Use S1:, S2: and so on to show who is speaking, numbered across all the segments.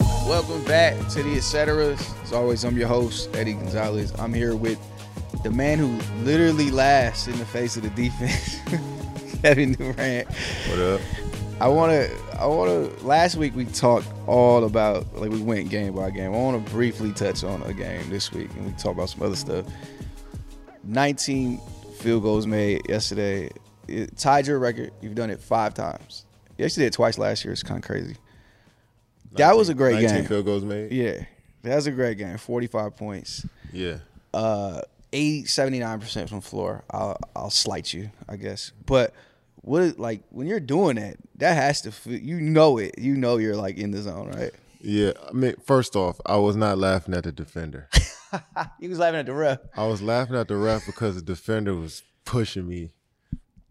S1: Welcome back to the Etceteras. As always, I'm your host, Eddie Gonzalez. I'm here with the man who literally laughs in the face of the defense, Kevin Durant.
S2: What up?
S1: I wanna I wanna last week we talked all about like we went game by game. I wanna briefly touch on a game this week and we talk about some other stuff. 19 field goals made yesterday. It tied your record. You've done it five times. You actually did it twice last year. It's kind of crazy. that was a great
S2: 19
S1: game.
S2: field goals made.
S1: Yeah, that was a great game. 45 points.
S2: Yeah.
S1: Uh, 8, 79% from floor. I'll, I'll slight you, I guess. But what, is- like, when you're doing that, that has to, feel, you know it. You know you're, like, in the zone, right?
S2: Yeah. I mean, first off, I was not laughing at the defender.
S1: He was laughing at the ref.
S2: I was laughing at the ref because the defender was pushing me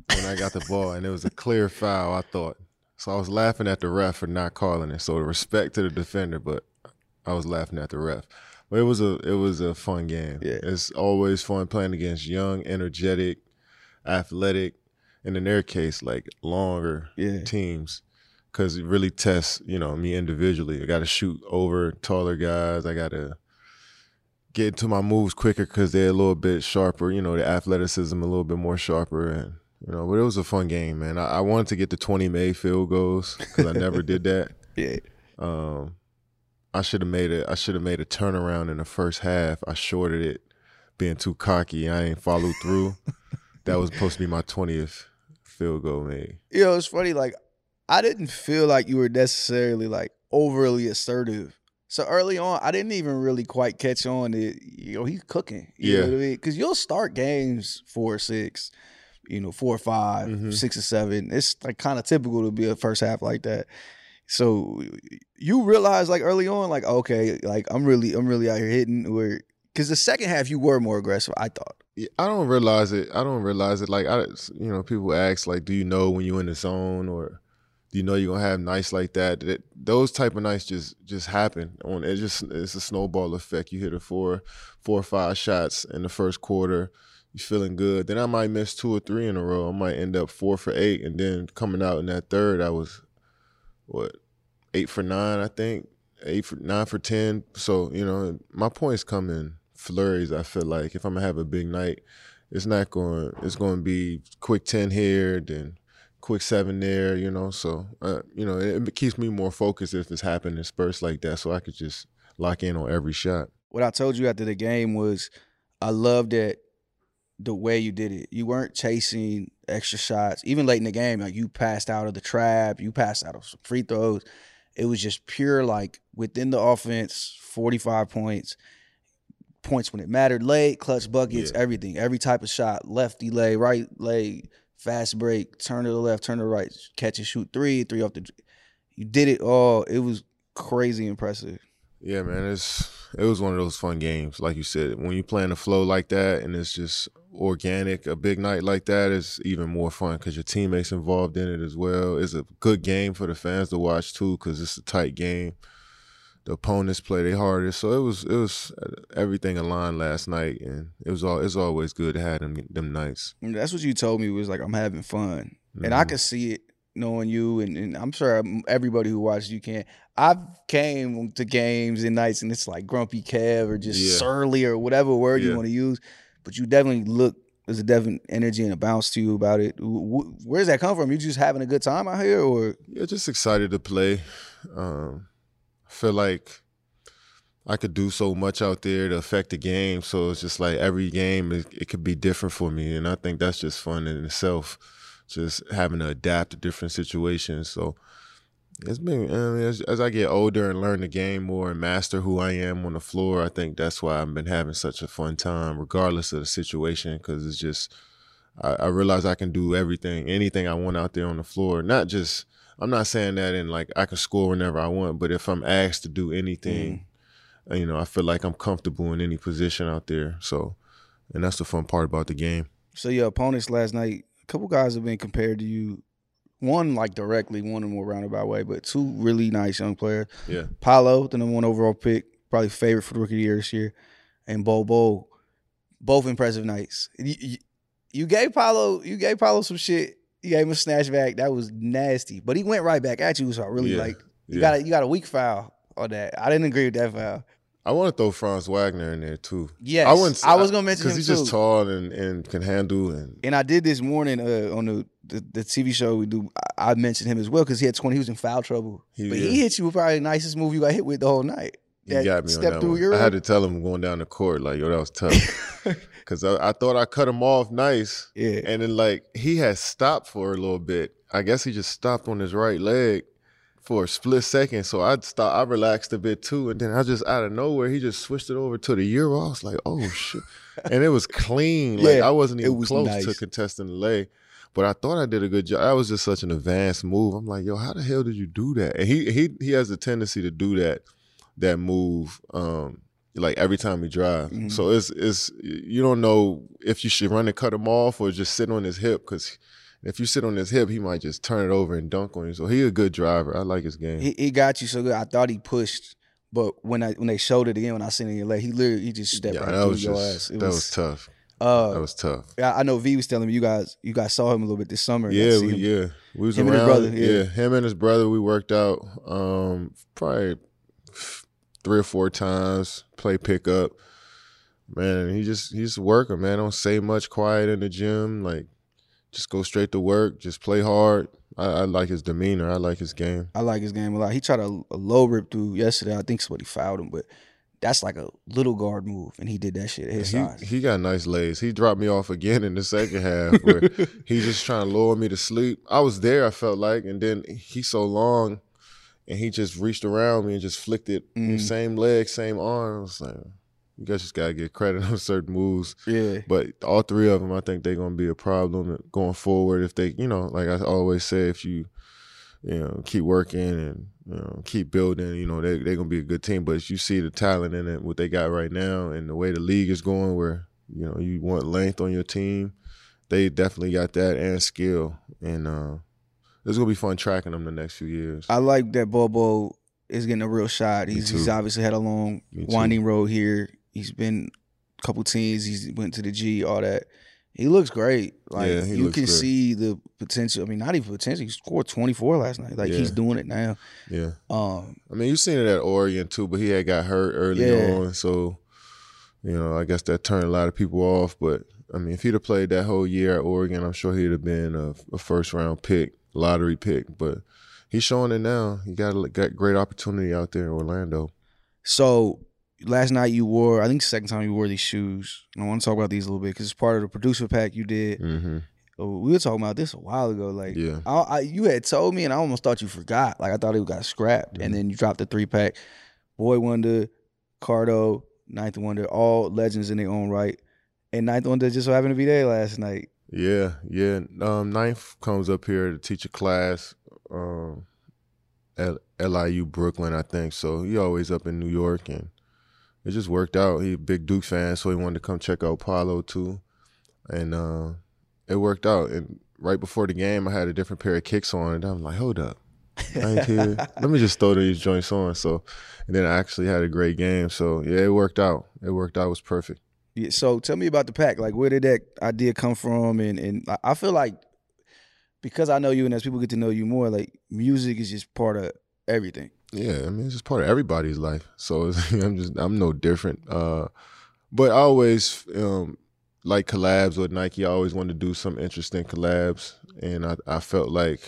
S2: when I got the ball, and it was a clear foul. I thought so. I was laughing at the ref for not calling it. So respect to the defender, but I was laughing at the ref. But it was a it was a fun game.
S1: Yeah.
S2: It's always fun playing against young, energetic, athletic, and in their case, like longer
S1: Yeah.
S2: teams because it really tests you know me individually. I got to shoot over taller guys. I got to get into my moves quicker because they're a little bit sharper. You know, the athleticism a little bit more sharper, and you know. But it was a fun game, man. I, I wanted to get the twenty made field goals because I never did that.
S1: Yeah.
S2: Um, I should have made a I should have made a turnaround in the first half. I shorted it, being too cocky. I ain't followed through. that was supposed to be my twentieth field goal made.
S1: You know, it's funny, like, I didn't feel like you were necessarily, like, overly assertive. So early on, I didn't even really quite catch on that, you know, he's cooking. You know
S2: Yeah.
S1: what I mean? Because you'll start games four, six, you know, four or five,
S2: Mhm.
S1: six or seven. It's like kind of typical to be a first half like that. So you realize like early on, like okay, like I'm really, I'm really out here hitting. Or because the second half you were more aggressive, I thought.
S2: Yeah, I don't realize it. I don't realize it. Like I, you know, people ask like, do you know when you're in the zone or do you know you're gonna have nights like that? that those type of nights just just happen. On it just it's a snowball effect. You hit a four, four or five shots in the first quarter. You're feeling good. Then I might miss two or three in a row. I might end up four for eight, and then coming out in that third, I was what eight for nine, I think eight for nine for ten. So you know, my points come in flurries. I feel like if I'm gonna have a big night, it's not going. It's going to be quick ten here, then quick seven there. You know, so uh, you know, it, it keeps me more focused if it's happening in spurts like that, so I could just lock in on every shot.
S1: What I told you after the game was, I loved that the way you did it. You weren't chasing extra shots, even late in the game. Like you passed out of the trap, you passed out of some free throws. It was just pure like within the offense, forty five points, points when it mattered, late clutch buckets,
S2: Yeah.
S1: everything, every type of shot, lefty leg, right leg, fast break, turn to the left, turn to the right, catch and shoot three, three off the. dr- You did it all. It was crazy impressive.
S2: Yeah, man, it's it was one of those fun games, like you said. When you play in a flow like that, and it's just organic, a big night like that is even more fun because your teammates involved in it as well. It's a good game for the fans to watch too, because it's a tight game. The opponents play their hardest, so it was it was uh, everything aligned last night, and it was all it's always good to have them them nights.
S1: And That's what you told me was like I'm having fun, and I
S2: Mhm.
S1: could see it knowing you, and, and I'm sure um, everybody who watched you can. I've came to games and nights, and it's like grumpy Kev or just
S2: Yeah.
S1: surly or whatever word you
S2: Yeah.
S1: want to use, but you definitely look there's a definite energy and a bounce to you about it. Wh- wh- Where does that come from? You just having a good time out here, or
S2: Yeah, just excited to play. Um, I feel like I could do so much out there to affect the game. So it's just like every game, it, it could be different for me. And I think that's just fun in itself, just having to adapt to different situations. So it's been, I mean, as, as I get older and learn the game more and master who I am on the floor, I think that's why I've been having such a fun time, regardless of the situation, because it's just, I, I realize I can do everything, anything I want out there on the floor, not just I'm not saying that in like I can score whenever I want, but if I'm asked to do
S1: Mm.
S2: anything, uh, you know, I feel like I'm comfortable in any position out there. So, and that's the fun part about the game.
S1: so your opponents last night. A couple guys have been compared to you. One like directly, one in a more roundabout way, but two really nice young players.
S2: Yeah.
S1: Paolo, the number one overall pick, probably favorite for the rookie of the year this year, and Bobo, both impressive nights. You, you- you gave Paolo, you gave Paolo some shit. You gave him a snatchback. That was nasty, but he went right back at you. So I really
S2: Yeah,
S1: like you
S2: yeah.
S1: got a, you got a weak foul or that. I didn't agree with that foul.
S2: I want to throw Franz Wagner in there too.
S1: Yes,
S2: I wouldn't.
S1: I was gonna mention him
S2: he's
S1: too.
S2: just tall and, and can handle and
S1: And I did this morning uh, on the, the the TV show we do. I, I mentioned him as well because he had twenty. He was in foul trouble,
S2: He-
S1: but
S2: yeah.
S1: he hit you with probably the nicest move you got hit with the whole night.
S2: he
S1: That
S2: got me on
S1: step
S2: that
S1: through
S2: one.
S1: your-
S2: I had to tell him going down the court like yo that was tough because I, I thought I cut him off nice
S1: Yeah,
S2: and then like he had stopped for a little bit. I guess he just stopped on his right leg for a split second. So I stopped. I relaxed a bit too, and then I just out of nowhere he just switched it over to the euro. I was like, oh shit, and it was clean. Like
S1: Yeah,
S2: I wasn't
S1: it
S2: even
S1: was
S2: close to
S1: nice.
S2: contesting the lay. But I thought I did a good job. That was just such an advanced move. I'm like, yo, how the hell did you do that? And he he he has a tendency to do that that move um like every time we drive.
S1: Mhm.
S2: So it's it's you don't know if you should run and cut him off or just sit on his hip because if you sit on his hip, he might just turn it over and dunk on you. So he a good driver. I like his game.
S1: he, he got you so good. I thought he pushed, but when I when they showed it again, when I seen it in LA, he literally he just stepped
S2: yeah,
S1: right
S2: that
S1: through
S2: was
S1: your
S2: just,
S1: ass. It
S2: that was, tough.
S1: uh,
S2: That was tough.
S1: I I know V was telling me you guys you guys saw him a little bit this summer. I
S2: Yeah,
S1: see
S2: we,
S1: him.
S2: yeah. We was
S1: him and
S2: around.
S1: his brother, yeah.
S2: him and his brother. We worked out um probably three or four times. Play pickup. Man, he just he's a worker. Man, don't say much. Quiet in the gym. Like, just go straight to work. Just play hard. I, I like his demeanor. I like his game.
S1: I like his game a lot. He tried a, a low rip through yesterday. I think somebody fouled him, but that's like a little guard move, and he did that shit at his
S2: he,
S1: size.
S2: he got nice lays. He dropped me off again in the second half where he's just trying to lure me to sleep. I was there, I felt like, and then he's so long and he just reached around me and just flicked it.
S1: Mm.
S2: Same leg, same arm. I was like, you guys just gotta get credit on certain moves.
S1: yeah,
S2: But all three of them, I think they're gonna be a problem going forward. If they, you know, like I always say, if you, you know, keep working and you know, keep building, you know, they they're gonna be a good team. But if you see the talent in it, what they got right now, and the way the league is going, where you know you want length on your team, they definitely got that and skill. And uh, it's gonna be fun tracking them the next few years.
S1: I like that Bobo is getting a real shot.
S2: Me
S1: He's,
S2: too.
S1: he's obviously had a long
S2: Me too.
S1: winding road here. He's been a couple teams. He's went to the G, all that. He looks great. Like
S2: Yeah, he
S1: you
S2: looks
S1: can
S2: great.
S1: see the potential. I mean, not even potential. He scored twenty four last night. Like
S2: Yeah.
S1: he's doing it now.
S2: yeah.
S1: Um,
S2: I mean, you seen it at Oregon too, but he had got hurt early
S1: Yeah.
S2: on, so you know, I guess that turned a lot of people off. But I mean, if he'd have played that whole year at Oregon, I'm sure he'd have been a, a first round pick, lottery pick. But he's showing it now. He got a, got great opportunity out there in Orlando.
S1: So last night you wore, I think second time you wore these shoes. And I want to talk about these a little bit because it's part of the producer pack you did.
S2: hmm
S1: Oh, We were talking about this a while ago. Like,
S2: Yeah,
S1: I, I, you had told me, and I almost thought you forgot. Like, I thought it got scrapped,
S2: Mhm.
S1: and then you dropped the three pack. Boy Wonder, Cardo, Ninth Wonder, all legends in their own right. And Ninth Wonder just so happened to be there last night.
S2: yeah, yeah. Um, ninth comes up here to teach a class. Um, at LIU Brooklyn, I think. So he always up in New York, and it just worked out. He a big Duke fan, so he wanted to come check out Paolo too, and uh, it worked out. And right before the game, I had a different pair of kicks on, and I'm like, hold up. I ain't here. Let me just throw these joints on. So, and then I actually had a great game. So, yeah, it worked out. It worked out. It was perfect.
S1: Yeah, so tell me about the pack. Like, where did that idea come from? And and I- I feel like because I know you, and as people get to know you more, like music is just part of everything.
S2: Yeah, I mean it's just part of everybody's life. So it's, I'm just I'm no different. Uh, but I always um, like collabs with Nike. I always wanted to do some interesting collabs, and I, I felt like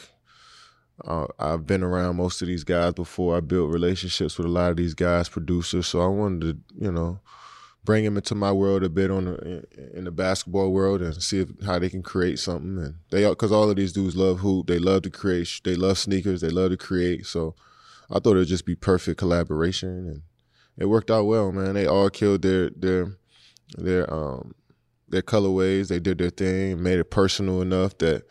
S2: uh, I've been around most of these guys before. I built relationships with a lot of these guys, producers. So I wanted to you know bring them into my world a bit on the, in the basketball world and see if, how they can create something. And they because all of these dudes love hoop. They love to create. sh- They love sneakers. They love to create. So. I thought it'd just be perfect collaboration, and it worked out well, man. They all killed their their their um their colorways. They did their thing, made it personal enough that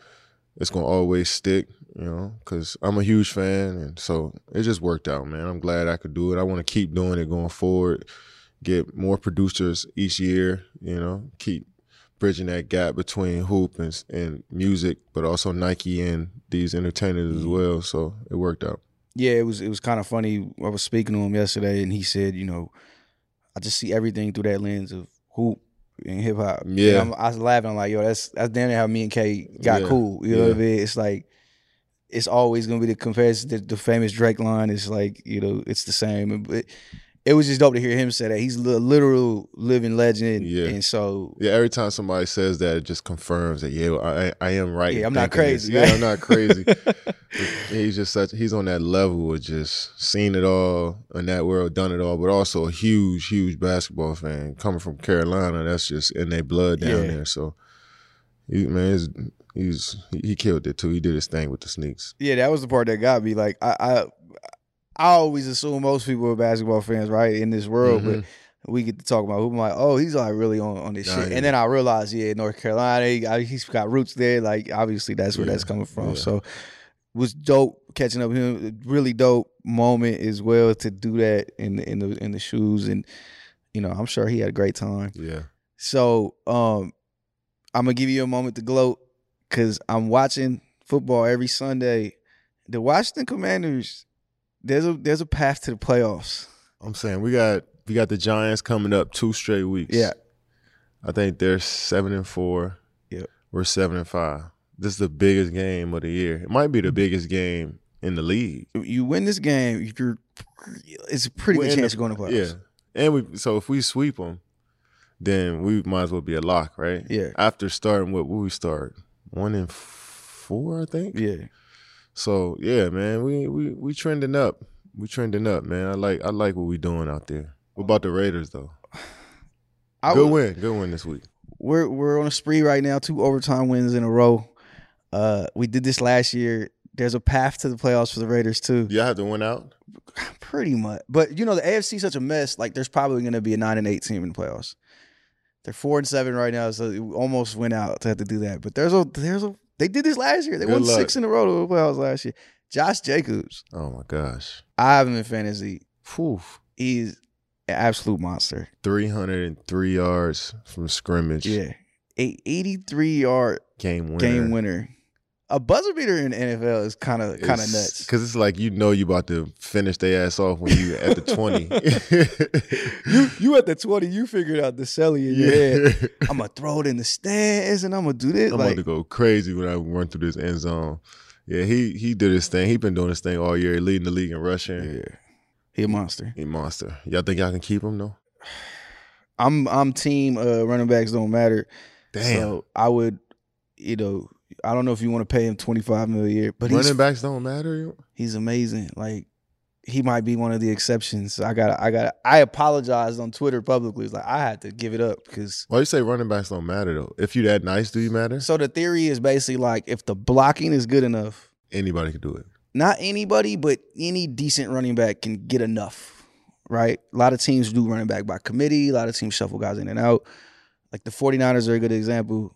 S2: it's gonna always stick, you know. Because I'm a huge fan, and so it just worked out, man. I'm glad I could do it. I want to keep doing it going forward. Get more producers each year, you know. Keep bridging that gap between hoop and and music, but also Nike and these entertainers as well. So it worked out.
S1: Yeah, it was it was kind of funny. I was speaking to him yesterday, and he said, you know, I just see everything through that lens of hoop and hip hop. And
S2: Yeah.
S1: I'm, I was laughing. I'm like, yo, that's that's damn near how me and Kay got
S2: Yeah,
S1: cool. You know what I
S2: yeah.
S1: mean? It's like it's always gonna be the comparison. The, the famous Drake line is like, you know, it's the same. And- But it was just dope to hear him say that. He's a literal living legend.
S2: Yeah.
S1: And so
S2: Yeah, every time somebody says that, it just confirms that yeah, I I I am right.
S1: Yeah,
S2: in
S1: I'm not
S2: thinking this.
S1: crazy,
S2: Yeah,
S1: right?
S2: I'm not crazy. he's just such. He's on that level of just seen it all in that world, done it all, but also a huge, huge basketball fan coming from Carolina. That's just in their blood down
S1: Yeah.
S2: there. So, he, man, he's, he's he killed it too. He did his thing with the sneaks.
S1: yeah, that was the part that got me. Like I I, I always assume most people are basketball fans, right, in this world,
S2: Mhm.
S1: but we get to talk about who I'm like, oh, he's like really on, on this
S2: Nah,
S1: shit.
S2: yeah.
S1: And then I realized, yeah, North Carolina, he, I- he's got roots there. Like obviously that's where
S2: Yeah,
S1: that's coming from.
S2: yeah.
S1: So was dope catching up with him. Really dope moment as well to do that in the in the in the shoes. And you know, I'm sure he had a great time.
S2: Yeah,
S1: So um I'm gonna give you a moment to gloat because I'm watching football every Sunday. The Washington Commanders, there's a there's a path to the playoffs.
S2: I'm saying we got we got the Giants coming up two straight weeks.
S1: Yeah.
S2: I think they're seven and four.
S1: Yep.
S2: We're seven and five. This is the biggest game of the year. It might be the biggest game in the league.
S1: You win this game, if you're it's a pretty
S2: We're
S1: good
S2: in
S1: chance
S2: the-
S1: of going to
S2: Yeah.
S1: playoffs.
S2: And we so if we sweep them, then we might as well be a lock, right?
S1: Yeah.
S2: After starting what would we start? One and four, I think.
S1: Yeah.
S2: So yeah, man, we we we trending up. We trending up, man. I like I like what we doing out there. What about the Raiders though?
S1: I
S2: good
S1: would-
S2: win, good win this week.
S1: We're we're on a spree right now, two overtime wins in a row. Uh we did this last year. There's a path to the playoffs for the Raiders too.
S2: Do y'all have to win out?
S1: Pretty much. But you know, the AFC is such a mess. Like there's probably gonna be a nine and eight team in the playoffs. They're four and seven right now, so it almost went out to have to do that. But there's a there's a they did this last year. They
S2: Good
S1: won
S2: luck.
S1: six in a row to the playoffs last year. Josh Jacobs,
S2: Oh my gosh.
S1: I have him in fantasy.
S2: Phew.
S1: He's an absolute monster.
S2: 303 yards from scrimmage.
S1: Yeah. A 83 yard
S2: Game winner.
S1: game winner. A buzzer beater in the NFL is kind of kind of nuts.
S2: Because it's like, you know, you about to finish their ass off when you at the 20.
S1: You you at the 20, you figured out the selling in your head. I'm gonna throw it in the stands and I'm gonna do this.
S2: I'm about
S1: like
S2: to go crazy when I run through this end zone. Yeah, he he did his thing. He been doing his thing all year, leading the league in rushing.
S1: yeah. He a monster.
S2: He monster. Y'all think y'all can keep him though?
S1: I'm I'm team uh, running backs don't matter.
S2: Damn.
S1: So I would, you know, I don't know if you want to pay him 25 million a year, but
S2: Running
S1: he's
S2: backs don't matter.
S1: he's amazing. Like he might be one of the exceptions. I got to I got to I apologized on Twitter publicly. It's like I had to give it up because
S2: Why you say running backs don't matter though? If you that nice, do you matter?
S1: so the theory is basically like if the blocking is good enough,
S2: Anybody can do it.
S1: not anybody, but any decent running back can get enough, right? A lot of teams do running back by committee. A lot of teams shuffle guys in and out. Like the 49ers are a good example.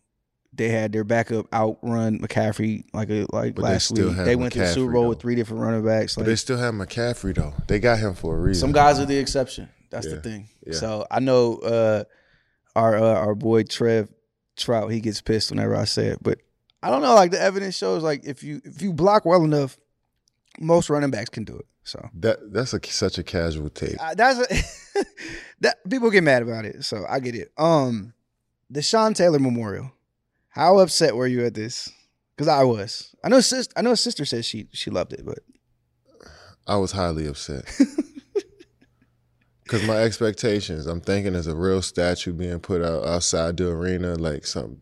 S1: They had their backup outrun McCaffrey like a, like
S2: But they
S1: last
S2: still
S1: week.
S2: have
S1: They went to the Super
S2: McCaffrey,
S1: Bowl
S2: though.
S1: with three different running backs.
S2: But
S1: Like
S2: they still have McCaffrey though. They got him for a reason.
S1: some guys are the exception. That's the
S2: Yeah,
S1: thing.
S2: yeah.
S1: So I know uh, our uh, our boy Trev Trout. He gets pissed whenever I say it, but I don't know. Like the evidence shows, like if you if you block well enough, most running backs can do it. So
S2: That that's a, such a casual take.
S1: I, that's a, that people get mad about it, so I get it. Um, the Sean Taylor Memorial. How upset were you at this? Because I was. I know. Sis, I know. His sister said she she loved it, but
S2: I was highly upset because my expectations. I'm thinking there's a real statue being put out outside the arena, like something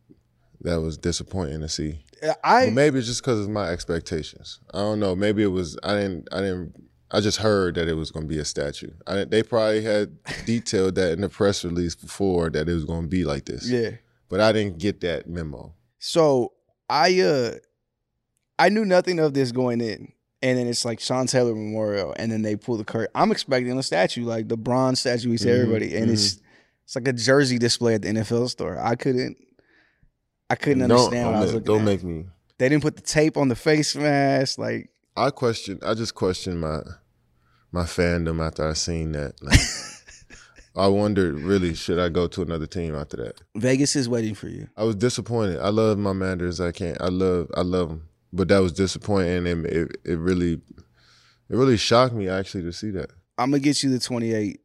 S2: that was disappointing to see.
S1: uh, I
S2: But maybe it's just because of my expectations. I don't know. Maybe it was I didn't I didn't I just heard that it was going to be a statue. I didn't, they probably had detailed that in the press release before that it was going to be like this.
S1: yeah.
S2: But I didn't get that memo.
S1: So I uh I knew nothing of this going in. And then it's like Sean Taylor Memorial, and then they pull the curtain. I'm expecting a statue, like the bronze statue we see
S2: Mhm,
S1: everybody, and it's it's like a jersey display at the NFL store. I couldn't, I couldn't understand what I was
S2: don't,
S1: looking
S2: don't
S1: at.
S2: make me
S1: They didn't put the tape on the face mask. Like,
S2: I question. I just question my my fandom after I seen that. Like, I wondered, really, should I go to another team after that?
S1: Vegas is waiting for you.
S2: I was disappointed. I love my Manders. I can't. I love. I love them. But that was disappointing, and it it really, it really shocked me actually to see that.
S1: I'm gonna get you the 28,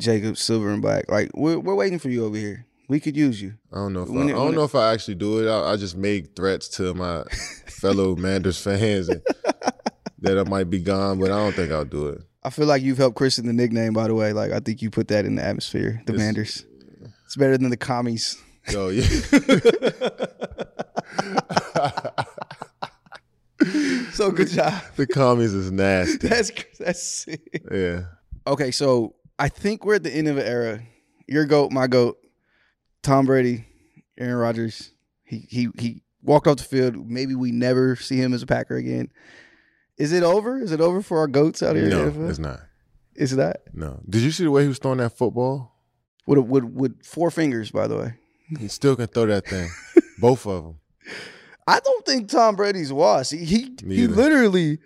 S1: Jacob Silver and Black. Like, we're we're waiting for you over here. We could use you.
S2: I don't know if
S1: When
S2: I,
S1: it-
S2: I
S1: when
S2: don't
S1: it-
S2: know if I actually do it. I, I just make threats to my fellow Manders fans, and that I might be gone, but I don't think I'll do it.
S1: I feel like you've helped christen the nickname, by the way. Like I think you put that in the atmosphere. The
S2: It's-
S1: Vanders. It's better than the commies.
S2: Yo, yeah.
S1: So good job.
S2: the commies is nasty.
S1: That's that's sick.
S2: Yeah.
S1: Okay, so I think we're at the end of an era. Your goat, my goat, Tom Brady, Aaron Rodgers. He he he walked off the field. Maybe we never see him as a Packer again. Is it over? Is it over for our goats out here? in the
S2: No,
S1: NFL?
S2: it's not.
S1: Is that
S2: No. Did you see the way he was throwing that football?
S1: with with with four fingers? By the way,
S2: He still can throw that thing. Both of them.
S1: I don't think Tom Brady's washed. He he,
S2: Me
S1: he
S2: either.
S1: literally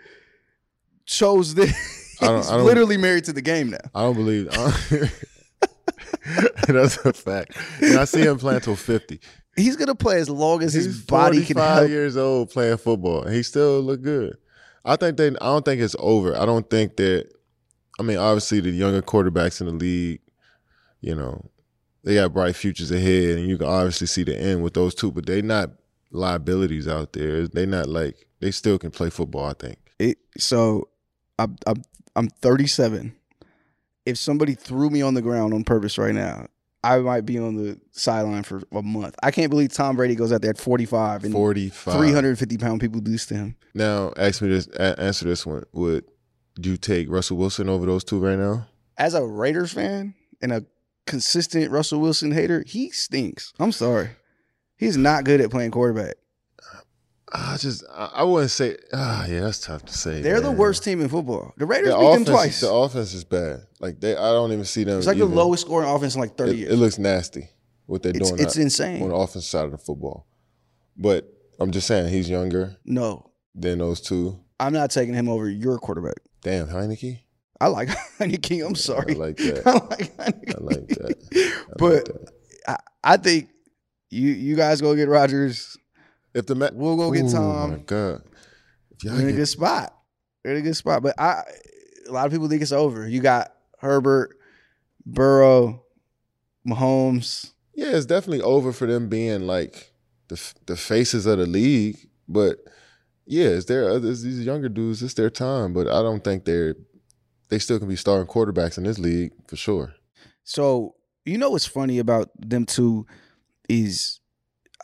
S1: chose this.
S2: I don't-
S1: He's
S2: I don't-
S1: literally married to the game now.
S2: I don't believe. that's a fact. And I see him playing till fifty.
S1: He's gonna play as long as his body can
S2: 45
S1: help.
S2: years old playing football. and He still look good. I think they. I don't think it's over. I don't think that. I mean, obviously, the younger quarterbacks in the league, you know, they got bright futures ahead, and you can obviously see the end with those two. But they not liabilities out there. They not like they still can play football. I think.
S1: It, so I'm I'm I'm 37. If somebody threw me on the ground on purpose right now, I might be on the sideline for a month. I can't believe Tom Brady goes out there at 45 and
S2: Forty five.
S1: 350 pound people do this to him.
S2: Now, ask me this. a- Answer this one. Would you take Russell Wilson over those two right now?
S1: As a Raiders fan and a consistent Russell Wilson hater, he stinks. I'm sorry. He's not good at playing quarterback.
S2: I just, I, I wouldn't say. Ah, yeah, that's tough to say.
S1: They're the
S2: man.
S1: worst team in football. The Raiders
S2: The
S1: beat them
S2: offense,
S1: twice.
S2: the offense is bad. Like they, I don't even see them.
S1: It's like
S2: even-
S1: the lowest scoring offense in like 30
S2: It,
S1: years.
S2: it looks nasty what they're
S1: it's
S2: doing
S1: it's
S2: out- on
S1: insane.
S2: the offense side of the football. But I'm just saying, he's younger
S1: No,
S2: than those two.
S1: I'm not taking him over your quarterback.
S2: Damn, Heineke.
S1: I like Heineke. I'm sorry.
S2: I like that.
S1: I like Heineke.
S2: I like that. I like
S1: But-
S2: that.
S1: I, I think you you guys go get Rogers.
S2: if the Ma-
S1: We'll go get
S2: Ooh,
S1: Tom.
S2: my God, if y'all
S1: We're in a
S2: get,
S1: good spot. We're in a good spot. But I a lot of people think it's over. You got Herbert, Burrow, Mahomes.
S2: yeah, it's definitely over for them being like the f- the faces of the league. But yeah, it's their others these younger dudes. It's their time. But I don't think they're they still can be starting quarterbacks in this league for sure.
S1: So you know what's funny about them two is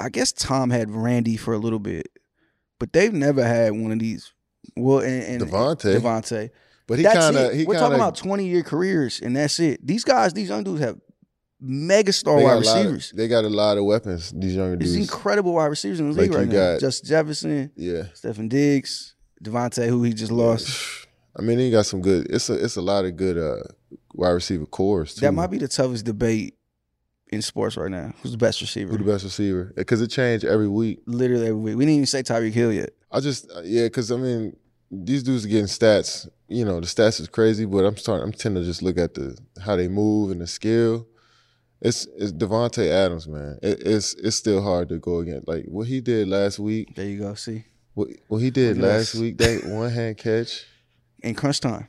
S1: I guess Tom had Randy for a little bit, but they've never had one of these. Well, and, and
S2: Devontae,
S1: Devontae.
S2: but he
S1: that's
S2: kind of
S1: it.
S2: he
S1: We're
S2: kind
S1: talking about
S2: of
S1: twenty year careers, and that's it. These guys, these young dudes have mega star wide receivers.
S2: They got a lot of weapons. These younger
S1: It's
S2: dudes.
S1: incredible wide receivers in the
S2: Like
S1: league right
S2: you
S1: now.
S2: got-
S1: Justin Jefferson,
S2: Yeah,
S1: Stephen Diggs, Devontae, who he just lost.
S2: I mean, he got some good. It's a it's a lot of good uh wide receiver cores too.
S1: That might be the toughest debate in sports right now. Who's the best receiver?
S2: who the best receiver because it changed every week.
S1: Literally every week. We didn't even say Tyreek Hill yet.
S2: I just uh, yeah, because I mean, these dudes are getting stats. You know, the stats is crazy, but I'm starting. I'm tend to just look at the how they move and the skill. It's it's Devonte Adams, man. It, it's it's still hard to go against. Like what he did last week,
S1: There you go. See,
S2: what, what he did
S1: Look at
S2: last
S1: us.
S2: week, that one hand catch.
S1: in crunch time,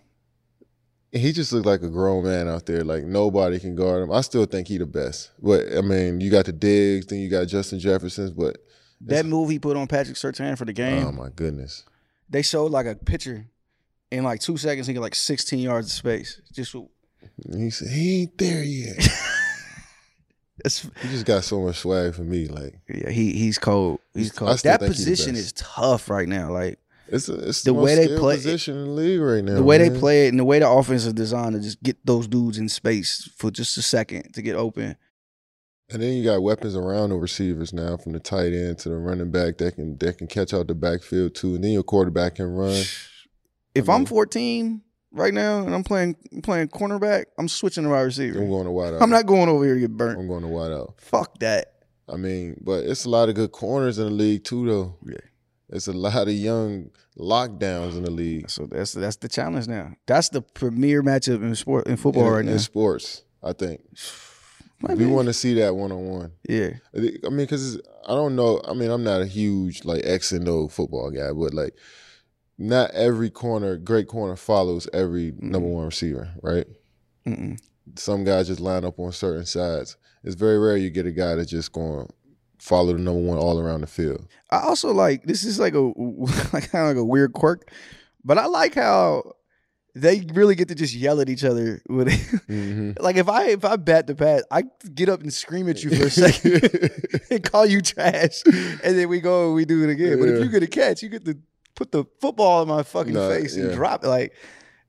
S2: He just looked like a grown man out there. Like nobody can guard him. I still think he the best. But I mean, you got the Diggs, then you got Justin Jefferson's. But
S1: that move he put on Patrick Sertan for the game,
S2: oh my goodness,
S1: they showed like a picture. In like two seconds, he got like 16 yards of space. Just
S2: he said he ain't there yet.
S1: it's,
S2: he just got so much swag for me. Like
S1: Yeah, he he's cold. He's
S2: He's- I
S1: cold.
S2: still
S1: That
S2: think he's the
S1: position
S2: best.
S1: is tough right now. Like
S2: It's a, it's
S1: The
S2: the,
S1: way
S2: most
S1: they
S2: skilled
S1: play-
S2: position in the league right now.
S1: the way they
S2: man.
S1: play it and the way the offense is designed to just get those dudes in space for just a second to get open.
S2: and then you got weapons around the receivers now, from the tight end to the running back that can that can catch out the backfield too, and then your quarterback can run.
S1: If
S2: I
S1: I'm
S2: mean-
S1: 14 right now and I'm playing playing cornerback, I'm switching to wide
S2: I'm
S1: receiver.
S2: going to wide out.
S1: I'm not going over here to get burnt.
S2: I'm going to wide out.
S1: Fuck that.
S2: I mean, but it's a lot of good corners in the league too, though.
S1: Yeah.
S2: It's a lot of young lockdowns in the league.
S1: So that's that's the challenge now. That's the premier matchup in sport in football
S2: in,
S1: right now.
S2: in sports, I think
S1: Might
S2: we
S1: be.
S2: want to see that one on one.
S1: yeah.
S2: I think- I mean, because I don't know. I mean, I'm not a huge like X and O football guy, but like, not every corner, great corner, follows every number one receiver, right?
S1: Mm-mm.
S2: Some guys just line up on certain sides. It's very rare you get a guy that's just going to follow the number one all around the field.
S1: I also like this is like a like kind of like a weird quirk, But I like how they really get to just yell at each other with
S2: Mm-hmm.
S1: like if I if I bat the pass, I get up and scream at you for a second and call you trash, and then we go and we do it again. But if
S2: Yeah.
S1: you get a catch, you get to put the football in my fucking
S2: Nah,
S1: face and
S2: yeah.
S1: drop it. Like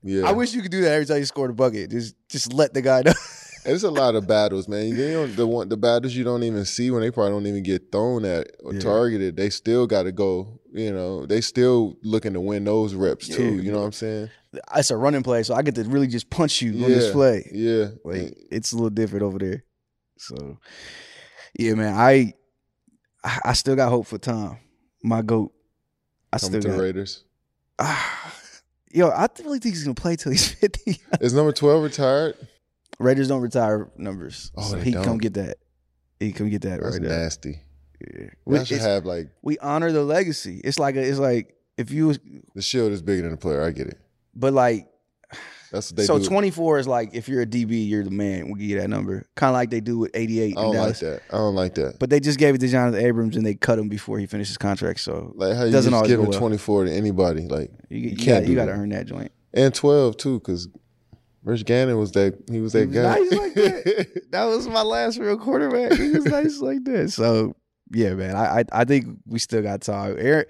S2: yeah,
S1: I wish you could do that every time you scored a bucket. Just just let the guy know.
S2: There's a lot of battles, man. They don't, the one the battles you don't even see when they probably don't even get thrown at or
S1: Yeah.
S2: targeted. They still got to go. You know, they still looking to win those reps too.
S1: Yeah.
S2: You know what I'm saying?
S1: it's a running play, so I get to really just punch you on this
S2: Yeah.
S1: play.
S2: Yeah.
S1: Like it's a little different over there. So yeah, man, I I I still got hope for Tom, my goat. I still
S2: coming to the
S1: got.
S2: Raiders.
S1: Ah, yo, I really think he's gonna play till he's fifty.
S2: Is number twelve retired?
S1: Raiders don't retire numbers,
S2: Oh,
S1: so
S2: they
S1: he can come
S2: don't?
S1: get that. He can come get that
S2: That's
S1: right now.
S2: nasty.
S1: Yeah. We,
S2: We should
S1: it's-
S2: have like
S1: we honor the legacy. It's like a, it's like if you, was-
S2: the shield is bigger than the player. I get it.
S1: but like
S2: That's what they
S1: so
S2: do.
S1: twenty four is like if you're a DB, you're the man. We give you that number, kind of like they do with eighty eight.
S2: I don't
S1: Dallas.
S2: Oh, like that. I don't like that.
S1: But they just gave it to Jonathan Abrams and they cut him before he finished his contract. So
S2: Like how you
S1: Doesn't
S2: just
S1: always
S2: give
S1: go
S2: a
S1: well.
S2: 24 to anybody, like
S1: you, you,
S2: can't
S1: got, you
S2: do
S1: got to
S2: that.
S1: earn that joint.
S2: and 12 too, because Rich Gannon was that he was
S1: He
S2: that
S1: was
S2: guy.
S1: nice like that. That was my last real quarterback. He was nice like that. So yeah, man, I I, I think we still got time. Aaron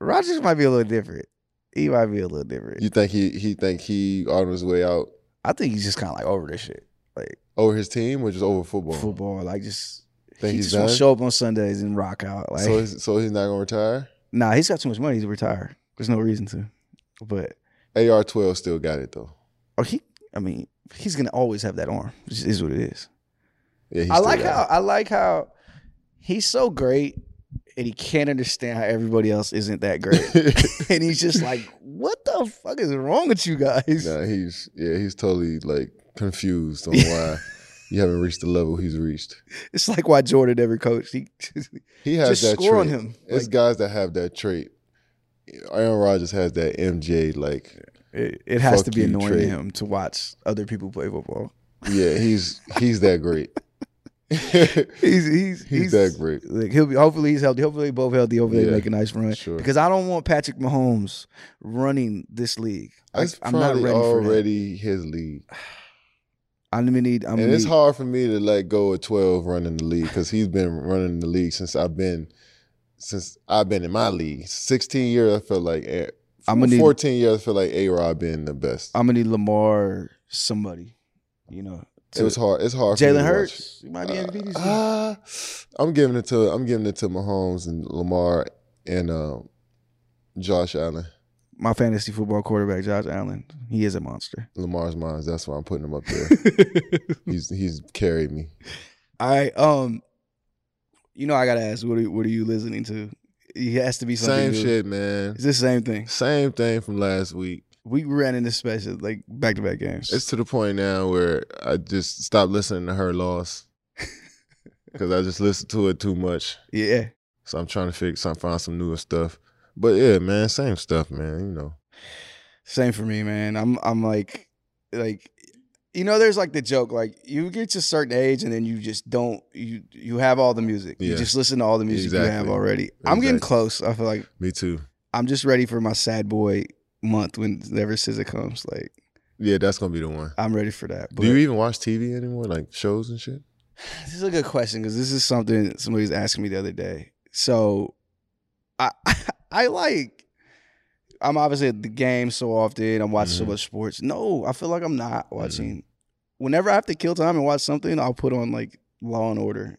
S1: Rodgers might be a little different. He might be a little different.
S2: you think he he think he on his way out
S1: I think he's just kind of like over this shit,
S2: over his team or just over football?
S1: football. Like just
S2: Think
S1: he
S2: he's
S1: just want
S2: done.
S1: to show up on Sundays and rock out. Like
S2: so he's, so he's not gonna retire.
S1: nah, he's got too much money to retire. There's no reason to. But
S2: AR 12 still got it though.
S1: or he, I mean, he's gonna always have that arm. Which is what it is.
S2: Yeah, he
S1: I
S2: still
S1: like
S2: got
S1: how
S2: it.
S1: I like how he's so great and he can't understand how everybody else isn't that great. and he's just like, "What the fuck is wrong with you guys?"
S2: Nah, he's yeah, he's totally like confused on why you haven't reached the level he's reached.
S1: It's like why Jordan never coached. He
S2: He has
S1: just
S2: that
S1: score
S2: trait.
S1: on him.
S2: It's
S1: Like,
S2: guys that have that trait. Aaron Rodgers has that MJ like
S1: it, it has
S2: fuck
S1: to be
S2: you,
S1: annoying to
S2: Trey.
S1: him to watch other people play football.
S2: yeah, he's he's that great. he's,
S1: He's he's
S2: that great.
S1: Like he'll be hopefully he's healthy. Hopefully they both healthy over there
S2: Yeah,
S1: make a nice run.
S2: sure.
S1: Because I don't want Patrick Mahomes running this league. Like,
S2: That's
S1: I'm not
S2: probably
S1: ready for that.
S2: already his league.
S1: I'm gonna need. I'm
S2: and
S1: gonna
S2: it's
S1: need-
S2: hard for me to let go of 12 running the league because he's been running the league since I've been since I've been in my league. 16 years, I feel like A-
S1: I'm gonna need
S2: 14 years, I feel like A Rod been the best.
S1: I'm gonna need Lamar somebody, you know.
S2: it was hard. It's hard. for me to
S1: Jalen
S2: watch.
S1: Hurts. You might be MVP this year.
S2: Uh, I'm giving it to I'm giving it to Mahomes and Lamar and um, Josh Allen.
S1: My fantasy football quarterback, Josh Allen, he is a monster.
S2: Lamar's mine. That's why I'm putting him up there.
S1: All
S2: he's he's carried me.
S1: right, um, you know I gotta ask, what are, what are you listening to? It has to be something.
S2: Same
S1: new.
S2: shit, man.
S1: It's the same thing.
S2: Same thing from last week.
S1: We ran into special like back to back games.
S2: It's to the point now where I just stopped listening to her loss because I just listened to it too much.
S1: yeah,
S2: So I'm trying to fix, some- find some newer stuff. But yeah, man, same stuff, man. You know,
S1: same for me, man. I'm I'm like like. You know, there's like the joke, like you get to a certain age and then you just don't you you have all the music. You
S2: Yeah.
S1: just listen to all the music you have
S2: Exactly.
S1: already. I'm getting
S2: Exactly.
S1: close. I feel like
S2: me too.
S1: I'm just ready for my sad boy month whenever SZA comes. Like
S2: Yeah, that's gonna be the one.
S1: I'm ready for that. But
S2: Do you even watch TV anymore, like shows and shit?
S1: this is a good question because this is something somebody was asking me the other day. So I I like I'm obviously at the game so often. I'm watching
S2: Mhm.
S1: so much sports. No, I feel like I'm not watching. Whenever I have to kill time and watch something, I'll put on like Law and Order,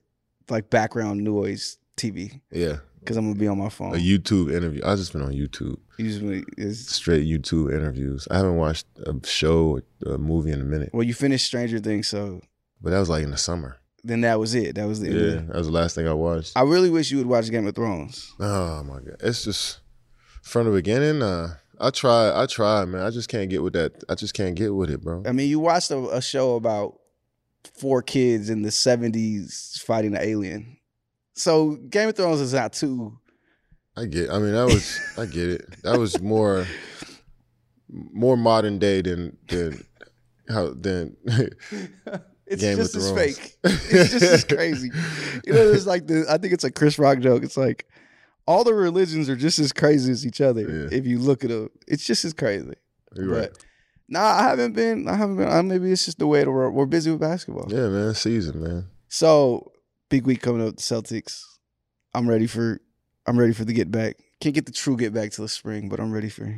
S1: like background noise TV
S2: Yeah,
S1: because I'm gonna be on my phone.
S2: a YouTube interview. I just been on YouTube,
S1: Usually, is
S2: straight YouTube interviews. I haven't watched a show or a movie in a minute,
S1: well, you finished Stranger Things, so
S2: but that was like in the summer.
S1: then that was it. That was the end. of
S2: Yeah,
S1: it.
S2: that was the last thing I watched.
S1: I really wish you would watch Game of Thrones.
S2: Oh my god, it's just from the beginning. Uh, I try, I try, man. I just can't get with that. I just can't get with it, bro.
S1: I mean, you watched a, a show about four kids in the 70s fighting an alien. So Game of Thrones is not too.
S2: I get. I mean, that was. I get it. That was more, more modern day than than how than.
S1: It's
S2: Game of
S1: just as
S2: Thrones.
S1: fake. It's just as crazy. You know, it's like the I think it's a Chris Rock joke. It's like all the religions are just as crazy as each other.
S2: Yeah.
S1: If you look at them, it's just as crazy.
S2: You're right.
S1: But, nah, I haven't been. I haven't been. uh, Maybe it's just the way the world. We're busy with basketball.
S2: Yeah, man. Season, man.
S1: So big week coming up, the Celtics. I'm ready for I'm ready for the get back. Can't get the true get back till the spring, but I'm ready for it.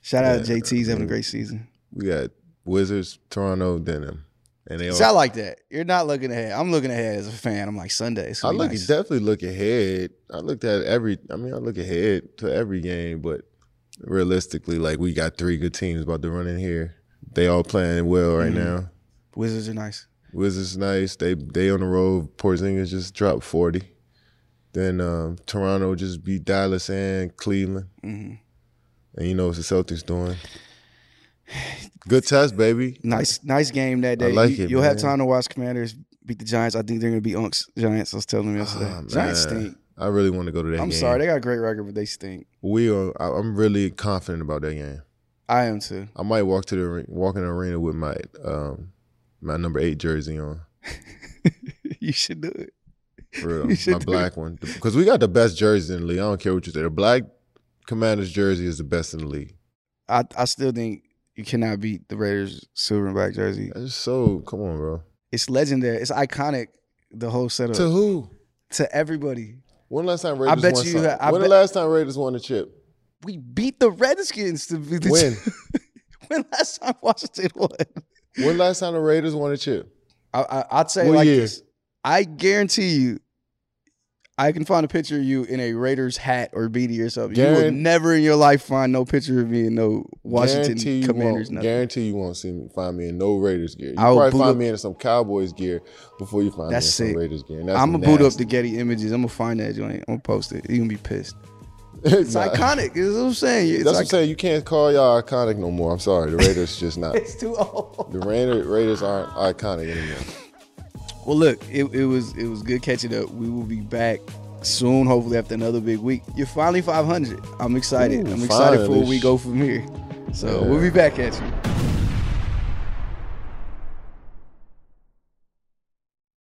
S1: Shout out
S2: Yeah,
S1: JT's having a
S2: mm.
S1: great season.
S2: We got Wizards, Toronto, Denham, and they.
S1: It's
S2: all-
S1: not like that. You're not looking ahead. I'm looking ahead as a fan. I'm like Sunday.
S2: I look
S1: nice.
S2: definitely look ahead. I looked at every. I mean, I look ahead to every game, but realistically, like we got three good teams about to run in here. They all playing well right
S1: Mhm.
S2: now.
S1: Wizards are nice.
S2: Wizards nice. They they on the road. Porzingis just dropped forty. Then um, Toronto just beat Dallas and Cleveland,
S1: hmm
S2: and you know what the Celtics doing. Good test, baby.
S1: Nice, nice game that
S2: I
S1: day.
S2: like
S1: you,
S2: it,
S1: will have
S2: man.
S1: time to watch Commanders beat the Giants. I think they're gonna be Unks Giants. I was telling them yesterday.
S2: Ah,
S1: Giants
S2: man.
S1: stink.
S2: I really want to go to that
S1: I'm
S2: game.
S1: sorry, they got a great record, but they stink.
S2: we are. I- I'm really confident about that game.
S1: I am too.
S2: I might walk to the ar- walk in the arena with my um my number eight jersey on.
S1: you should do it.
S2: For
S1: You
S2: real,
S1: should
S2: my
S1: do
S2: black one because we got the best jerseys in the league. I don't care what you say. The black Commanders jersey is the best in the league.
S1: I I still think you cannot beat the Raiders silver and black jersey.
S2: That's just so come on, bro.
S1: It's legendary. It's iconic. The whole setup
S2: To
S1: to,
S2: who?
S1: everybody.
S2: When last time Raiders
S1: bet
S2: won?
S1: you
S2: something?
S1: that- I
S2: when
S1: bet-
S2: the last time Raiders won a chip?
S1: We beat the Redskins to be the
S2: When?
S1: when last time Washington won.
S2: when last time the Raiders won a chip?
S1: I, I I'd say
S2: What
S1: like
S2: year?
S1: this. I guarantee you. I can find a picture of you in a Raiders hat or beanie or something. you will
S2: Guaran-
S1: never in your life find no picture of me in no
S2: Guarantee
S1: Washington
S2: you
S1: Commanders.
S2: Won't,
S1: Nothing.
S2: guarantee you won't see me find me in no Raiders gear. You
S1: I will
S2: probably
S1: boot
S2: find
S1: up-
S2: me in some Cowboys gear before you find
S1: That's
S2: me in
S1: sick.
S2: some Raiders gear. And that's
S1: I'm gonna boot up
S2: nasty.
S1: the Getty images. I'm gonna find that joint. I'm gonna post it. You gonna be pissed. It's
S2: Nah.
S1: iconic. Is what I'm saying. It's
S2: That's what I'm
S1: iconic.
S2: saying. You can't call y'all iconic no more. I'm sorry. The Raiders just not.
S1: It's too old.
S2: The Raiders, Raiders aren't iconic anymore.
S1: Well, look, it, it was it was good catching up. We will be back soon, hopefully after another big week. You're finally 500. I'm excited.
S2: Ooh,
S1: I'm excited for where
S2: finally.
S1: we go from here. So
S2: Yeah.
S1: we'll be back at you.